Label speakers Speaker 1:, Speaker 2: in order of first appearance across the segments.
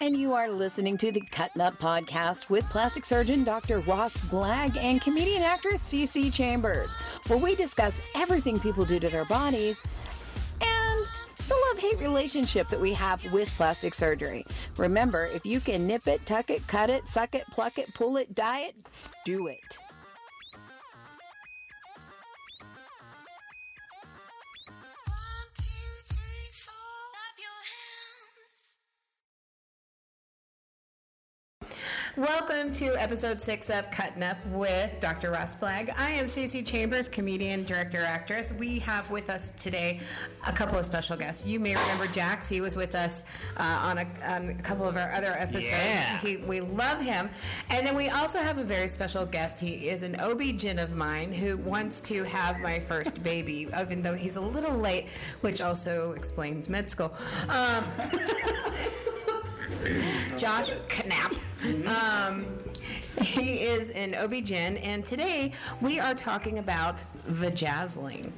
Speaker 1: and you are listening to the Cutting Up Podcast with plastic surgeon Dr. Ross Blagg and comedian actress CC Chambers, where we discuss everything people do to their bodies and the love hate relationship that we have with plastic surgery. Remember, if you can nip it, tuck it, cut it, suck it, pluck it, pull it, dye it, do it.
Speaker 2: One, two, three, four. Clap your hands.
Speaker 3: Welcome to episode six of Cutting Up with Dr. Ross Blagg. I am Cece Chambers, comedian, director, actress. We have with us today a couple of special guests. You may remember Jax. He was with us uh, on, a, on a couple of our other episodes.
Speaker 4: Yeah.
Speaker 3: He, we love him. And then we also have a very special guest. He is an OB-GYN of mine who wants to have my first baby, even though he's a little late, which also explains med school. Um, Josh Knapp. Um, he is an OB-GYN, and today we are talking about vajazzling.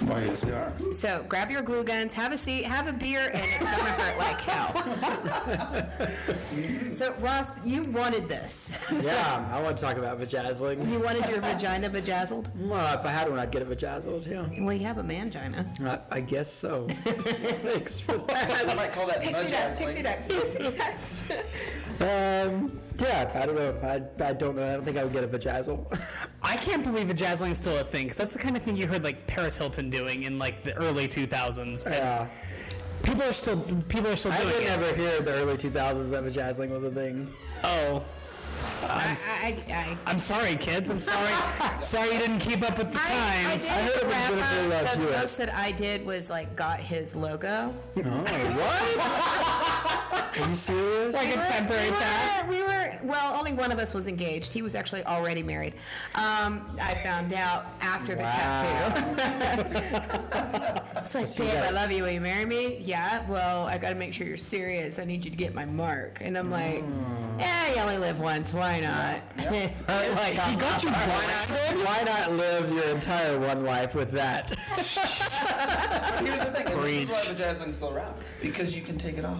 Speaker 5: Why, Oh, yes, we are.
Speaker 3: So grab your glue guns, have a seat, have a beer, and it's going to hurt like hell. so, Ross, you wanted this.
Speaker 4: Yeah, I want to talk about vajazzling.
Speaker 3: You wanted your vagina vajazzled?
Speaker 4: Well, if I had one, I'd get it vajazzled, yeah.
Speaker 3: Well, you have a mangina.
Speaker 4: I, I guess so. Thanks for that.
Speaker 5: might call that
Speaker 3: Pixie dust, pixie dust, pixie dust.
Speaker 4: Um, yeah, I don't know. I, I don't know. I don't think I would get a vajazzle.
Speaker 6: I can't believe vajazzling is still a thing. 'cause that's the kind of thing you heard like Paris Hilton doing in like the early 2000s. And
Speaker 4: Yeah.
Speaker 6: People are still people are still
Speaker 4: I
Speaker 6: doing
Speaker 4: didn't
Speaker 6: it.
Speaker 4: ever hear the early 2000s that vajazzling was a thing.
Speaker 6: Oh,
Speaker 3: I, I, I,
Speaker 6: I'm sorry, kids. I'm sorry. sorry you didn't keep up with the
Speaker 3: I, I
Speaker 6: times.
Speaker 3: did
Speaker 4: heard it was
Speaker 3: wrap
Speaker 4: Jennifer
Speaker 3: up,
Speaker 4: Love
Speaker 3: so the
Speaker 4: Hewitt.
Speaker 3: most that I did was like got his logo.
Speaker 4: Are you serious?
Speaker 6: like a temporary
Speaker 3: we were,
Speaker 6: tag.
Speaker 3: We were well. Only one of us was engaged. He was actually already married. Um, I found out after the tattoo. it's like, babe, I love you. Will you marry me? Yeah. Well, I got to make sure you're serious. I need you to get my mark. And I'm like, yeah, you only live once. Why not?
Speaker 4: Like, he got you why not, why not live your entire one life with that?
Speaker 5: Here's the thing, and this is why the jazzling's still around. Because you can take it off.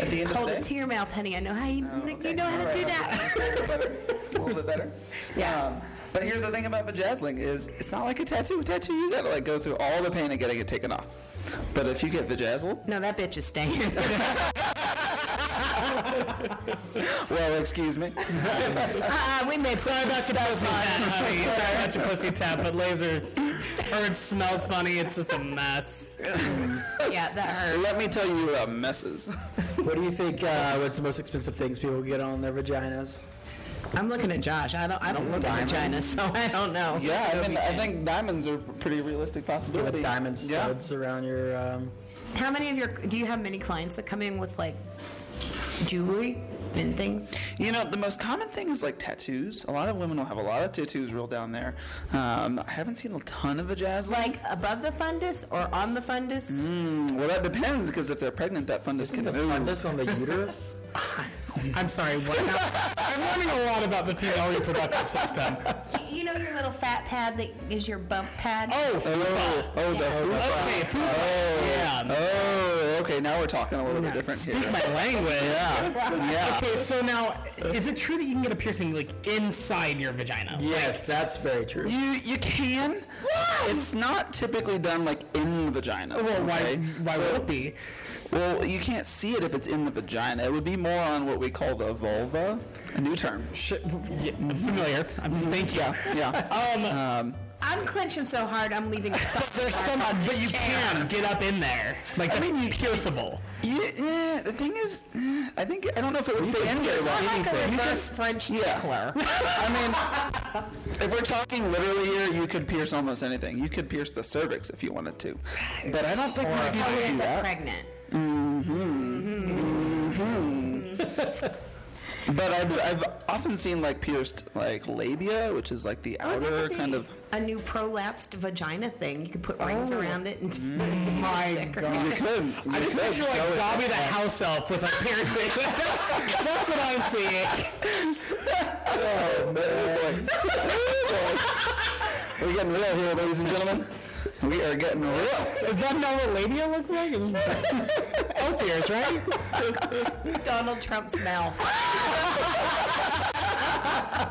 Speaker 5: At the end
Speaker 3: Hold
Speaker 5: of
Speaker 3: it
Speaker 5: the
Speaker 3: to
Speaker 5: day.
Speaker 3: your mouth, honey. I know how you,
Speaker 5: Okay,
Speaker 3: you know how to
Speaker 5: all
Speaker 3: do
Speaker 5: right,
Speaker 3: that.
Speaker 5: A little bit better.
Speaker 3: Yeah.
Speaker 5: Um, but here's the thing about vajazzling is it's not like a tattoo. A tattoo, you gotta like go through all the pain of getting it taken off. But if you get vajazzled,
Speaker 3: No, that bitch is staying.
Speaker 5: well, excuse me.
Speaker 3: uh, we made
Speaker 6: Sorry about your pussy tap, honey. Sorry about your pussy tap, but laser hurts, smells funny. It's just a mess.
Speaker 3: yeah, that hurt.
Speaker 5: Let me tell you about messes.
Speaker 4: What do you think uh, was the most expensive things people get on their vaginas?
Speaker 3: I'm looking at Josh. I don't. I don't look at vagina, so I don't know.
Speaker 5: Yeah, I mean, I think diamonds are a pretty realistic possibility.
Speaker 4: With diamond studs around your. Um,
Speaker 3: How many of your do you have many clients that come in with like jewelry and things?
Speaker 5: You know, the most common thing is like tattoos. A lot of women will have a lot of tattoos real down there. Um, I haven't seen a ton of vajazzling.
Speaker 3: Like above the fundus or on the fundus?
Speaker 5: Well, that depends because if they're pregnant, that fundus can
Speaker 4: the
Speaker 5: move.
Speaker 4: fundus on the uterus?
Speaker 6: I'm sorry. What? I'm learning a lot about the female reproductive system.
Speaker 3: You know your little fat pad that is your bump pad?
Speaker 6: Oh,
Speaker 5: Oh, oh, the
Speaker 6: okay.
Speaker 5: fupa.
Speaker 6: Food.
Speaker 5: Oh,
Speaker 6: Yeah.
Speaker 5: oh, okay. Now we're talking a little bit different
Speaker 6: Speak
Speaker 5: here.
Speaker 6: my language.
Speaker 5: Yeah, yeah.
Speaker 6: Okay, so now, is it true that you can get a piercing like inside your vagina?
Speaker 4: Yes, that's very true.
Speaker 5: You you can. It's not typically done like in the vagina.
Speaker 6: Well, why?
Speaker 5: okay?
Speaker 6: Why
Speaker 5: So-
Speaker 6: would it be?
Speaker 5: Well, you can't see it if it's in the vagina. It would be more on what we call the vulva. A new term.
Speaker 6: Sh- yeah, I'm familiar. I'm, thank you.
Speaker 5: Yeah. Uh,
Speaker 6: Um,
Speaker 3: I'm clenching so hard I'm leaving the soft
Speaker 6: there's some,
Speaker 3: mark on
Speaker 6: but
Speaker 3: this
Speaker 6: you
Speaker 3: chair.
Speaker 6: can get up in there. Like that's pierceable.
Speaker 5: Yeah, yeah, the thing is, eh, I think I don't know if it would stay in very well.
Speaker 3: Like a
Speaker 5: You
Speaker 3: reverse
Speaker 5: just-
Speaker 3: French
Speaker 5: yeah.
Speaker 3: tickler.
Speaker 5: I mean, if we're talking literally here, you could pierce almost anything. You could pierce the cervix if you wanted to, but I don't think most
Speaker 3: Tell
Speaker 5: people
Speaker 3: me that
Speaker 5: do
Speaker 3: they're
Speaker 5: that.
Speaker 3: pregnant.
Speaker 5: But I've, I've often seen like pierced like labia, which is like
Speaker 3: Oh,
Speaker 5: the outer kind of.
Speaker 3: a new prolapsed vagina thing. You could put rings around it and my
Speaker 5: You could. You
Speaker 6: I just
Speaker 5: could
Speaker 6: picture
Speaker 5: go
Speaker 6: like
Speaker 5: with
Speaker 6: Dobby
Speaker 5: that.
Speaker 6: the house elf with a piercing. that's what I'm seeing.
Speaker 5: We're getting real here, ladies and gentlemen. We are getting real.
Speaker 6: Is that not what labia looks like? Is-
Speaker 4: both ears, right?
Speaker 3: Donald Trump's mouth.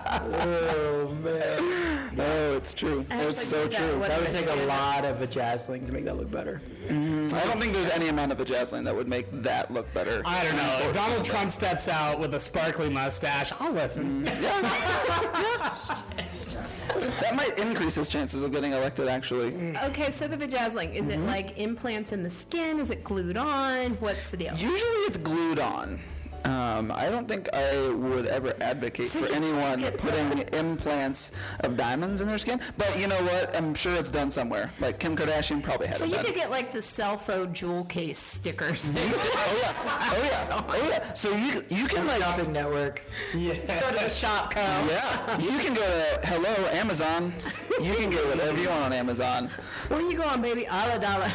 Speaker 4: oh man,
Speaker 5: Oh, it's true.
Speaker 3: Actually,
Speaker 5: It's so
Speaker 3: that
Speaker 5: true.
Speaker 3: would-
Speaker 4: that would take a
Speaker 3: Stand up.
Speaker 4: lot of vajazzling to make that look better.
Speaker 5: I don't think there's any amount of a jazzline that would make that look better.
Speaker 6: I don't know. If Donald Trump steps out with a sparkly mustache, I'll listen.
Speaker 5: Mm, That might increase his chances of getting elected, actually.
Speaker 3: Okay, so the vajazzling, is it like implants in the skin? Is it glued on? What's the deal?
Speaker 5: Usually it's glued on. Um, I don't think I would ever advocate for anyone putting implants of diamonds in their skin, but you know what? I'm sure it's done somewhere. Like Kim Kardashian probably had
Speaker 3: So
Speaker 5: it
Speaker 3: you
Speaker 5: done.
Speaker 3: could get like the cell phone jewel case stickers.
Speaker 5: oh yeah, oh yeah, oh yeah. So you you can like Oh,
Speaker 4: Shopping network.
Speaker 3: Go to the shop, Co.
Speaker 5: yeah, you can go to hello Amazon. You can get whatever you want on Amazon.
Speaker 3: Where you going, baby? Alla dollar.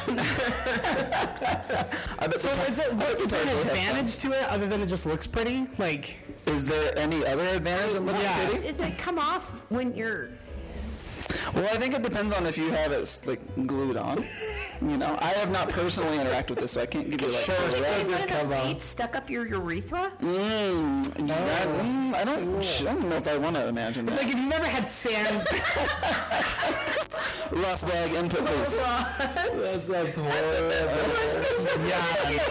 Speaker 5: I bet so is it what
Speaker 6: Is there an advantage to it other than it just looks pretty? Like,
Speaker 5: Is there any other advantage in looking
Speaker 6: Yeah.
Speaker 5: pretty?
Speaker 3: Did they come off when you're?
Speaker 5: Well, I think it depends on if you have it like glued on. You know, I have not personally interacted with this, so I can't give you like.
Speaker 4: Sure.
Speaker 5: the
Speaker 3: Is
Speaker 5: right-
Speaker 3: one of those
Speaker 4: come off.
Speaker 3: beads stuck up your urethra?
Speaker 5: Mm, no. I, mm, I don't. sh- I don't know if I want to imagine that.
Speaker 6: like if you've ever had sand,
Speaker 5: Rough bag input, please.
Speaker 4: That sounds horrible.
Speaker 3: Yeah.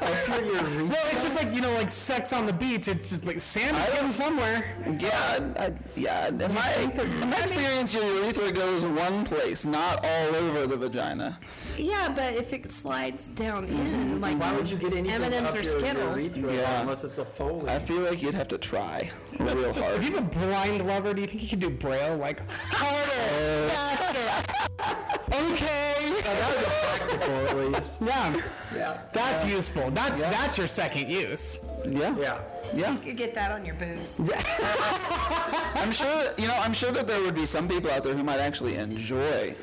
Speaker 6: no, it's just like you know, like sex on the beach. It's just like sand is getting somewhere.
Speaker 5: Yeah, I, yeah. In my, in my experience, your urethra goes one place, not all over the vagina.
Speaker 3: yeah, but if it slides down in, like
Speaker 4: Mm-hmm. Why would you get anything
Speaker 3: M&Ms
Speaker 4: up
Speaker 3: or
Speaker 4: your
Speaker 3: Skittles?
Speaker 4: urethra
Speaker 5: Yeah.
Speaker 4: unless it's a Foley?
Speaker 5: I feel like you'd have to try real hard.
Speaker 6: If you have a blind lover, do you think you can do braille like
Speaker 4: Uh.
Speaker 6: harder, faster? Okay.
Speaker 4: Or at least.
Speaker 6: Yeah,
Speaker 4: Yeah.
Speaker 6: that's useful. That's that's your second use.
Speaker 5: Yeah,
Speaker 4: Yeah.
Speaker 5: yeah.
Speaker 3: You could get that on your boobs.
Speaker 5: I'm sure you know. I'm sure that there would be some people out there who might actually enjoy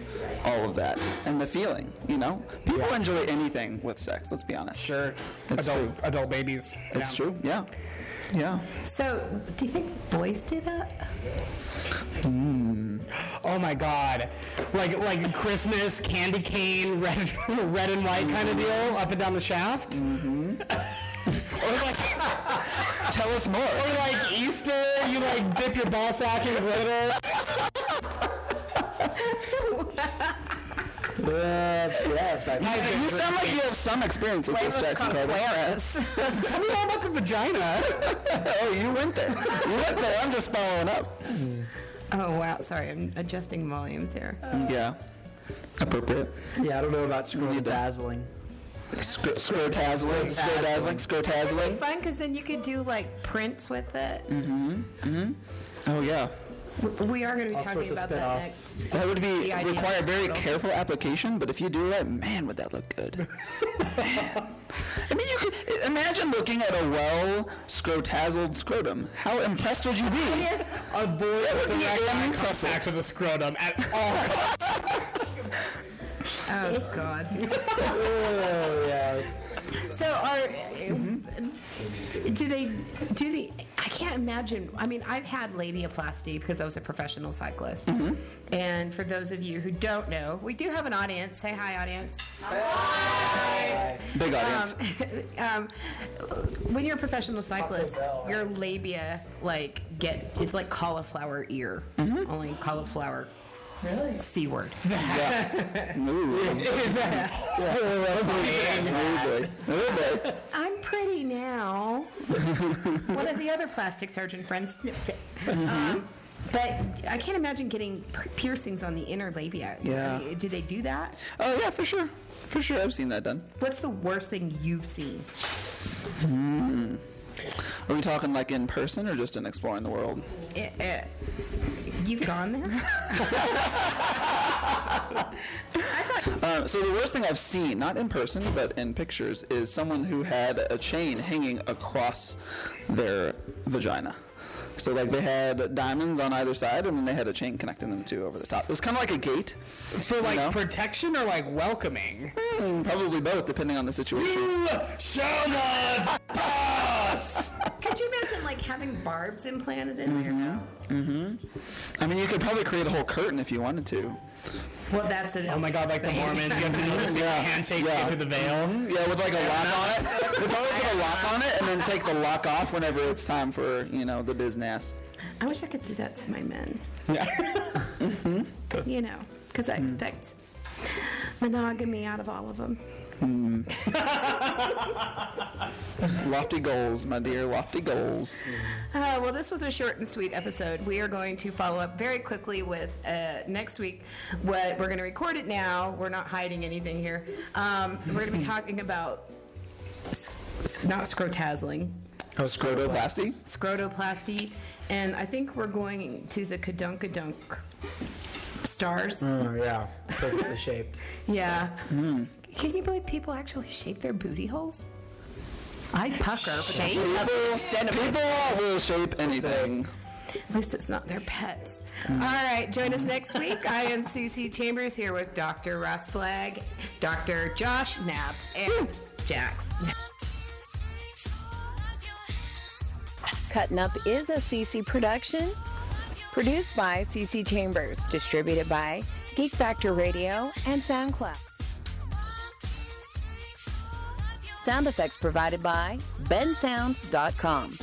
Speaker 5: all of that and the feeling. You know, people enjoy anything with sex. Let's be honest.
Speaker 6: Sure.
Speaker 5: That's
Speaker 6: adult adult babies.
Speaker 5: It's
Speaker 6: Yeah.
Speaker 5: true. Yeah. Yeah.
Speaker 3: So, do you think boys do that?
Speaker 6: Oh my god. Like like Christmas candy cane red red and white kind of
Speaker 5: Mm.
Speaker 6: deal up and down the shaft. or like
Speaker 5: Tell us more.
Speaker 6: or like Easter, you like dip your ball sack in glitter.
Speaker 4: Uh, yeah. but-
Speaker 5: You, you sound like you have some experience with this, Jackson Carter.
Speaker 6: Tell me all about the vagina.
Speaker 5: Oh, you went there. You went there. I'm just following up.
Speaker 3: Oh wow, sorry, I'm adjusting volumes here.
Speaker 4: Uh-huh.
Speaker 5: Yeah. Appropriate.
Speaker 4: Yeah, I don't know about
Speaker 5: need
Speaker 4: screwing
Speaker 5: to-
Speaker 4: dazzling.
Speaker 5: Scr- Scrotazzling. Scrotazzling. Scrotazzling.
Speaker 3: Fun, because then you could do like prints with it.
Speaker 5: Oh yeah.
Speaker 3: We are going to be
Speaker 4: Mm. All
Speaker 3: talking
Speaker 4: sorts of
Speaker 3: about that next.
Speaker 4: spin-offs.
Speaker 5: That would be
Speaker 3: The idea
Speaker 5: require
Speaker 3: is
Speaker 5: very
Speaker 3: brutal.
Speaker 5: careful application, but if you do that, man, would that look good? Man. I mean, you could imagine looking at a well scrotazzled scrotum. How impressed would you be?
Speaker 6: Avoid
Speaker 5: would be
Speaker 6: direct eye
Speaker 5: impressive.
Speaker 6: contact with the scrotum at all.
Speaker 3: Oh God.
Speaker 4: Oh, yeah.
Speaker 3: So are
Speaker 4: Mm-hmm.
Speaker 3: do they do the? I can't imagine. I mean, I've had labiaplasty because I was a professional cyclist.
Speaker 4: Mm-hmm.
Speaker 3: And for those of you who don't know, we do have an audience. Say hi, audience.
Speaker 5: Big audience.
Speaker 3: um, when you're a professional cyclist, your labia like get it's like cauliflower ear, only cauliflower. Really? C word.
Speaker 5: oh boy. Oh boy.
Speaker 3: I'm pretty now. One of the other plastic surgeon friends snipped it. Um, but I can't imagine getting p- piercings on the inner labia.
Speaker 5: Yeah.
Speaker 3: Do they do that?
Speaker 5: Oh yeah, for sure. For sure, I've seen that done.
Speaker 3: What's the worst thing you've seen?
Speaker 5: Are we talking like in person or just in exploring the world?
Speaker 3: Eh, eh, You've gone there?
Speaker 5: Uh, so the worst thing I've seen, not in person but in pictures, is someone who had a chain hanging across their vagina. So like they had diamonds on either side, and then they had a chain connecting them two over the top. It was kind of like a gate,
Speaker 6: For like
Speaker 5: No.
Speaker 6: protection or like welcoming.
Speaker 5: Mm, probably both, depending on the situation.
Speaker 6: You shall not pass.
Speaker 3: Could you imagine like having barbs implanted in there now?
Speaker 5: I mean, you could probably create a whole curtain if you wanted to.
Speaker 3: Well, that's an.
Speaker 6: Oh my god, like the Mormons, you have to notice the handshake
Speaker 5: yeah.
Speaker 6: through the veil.
Speaker 5: Yeah, with like a lock on it. We'll probably put a lock on it and then take the lock off whenever it's time for, you know, the business.
Speaker 3: I wish I could do that to my men.
Speaker 6: Mm-hmm.
Speaker 3: You know, because I expect monogamy out of all of them.
Speaker 5: Lofty goals, my dear, lofty goals.
Speaker 3: Uh, well, this was a short and sweet episode. We are going to follow up very quickly with uh, next week. What we're going to record it now. We're not hiding anything here. Um, we're going to be
Speaker 6: Mm-hmm.
Speaker 3: talking about s- not scrotazzling,
Speaker 5: Scrotoplasty?
Speaker 3: scrotoplasty, and I think we're going to the kadunkadunk stars.
Speaker 4: Oh, yeah. Perfectly shaped.
Speaker 3: Yeah. Can you believe people actually shape their booty holes? I pucker, but that's
Speaker 5: People, people will shape anything.
Speaker 3: At least it's not their pets. All right, join us next week. I am Susie Chambers here with Dr. Ross Flagg, Dr. Josh Knapp, and Jax.
Speaker 1: Cutting Up is a CC production produced by CC Chambers, distributed by Geek Factor Radio and SoundCloud. Sound effects provided by bensound.com.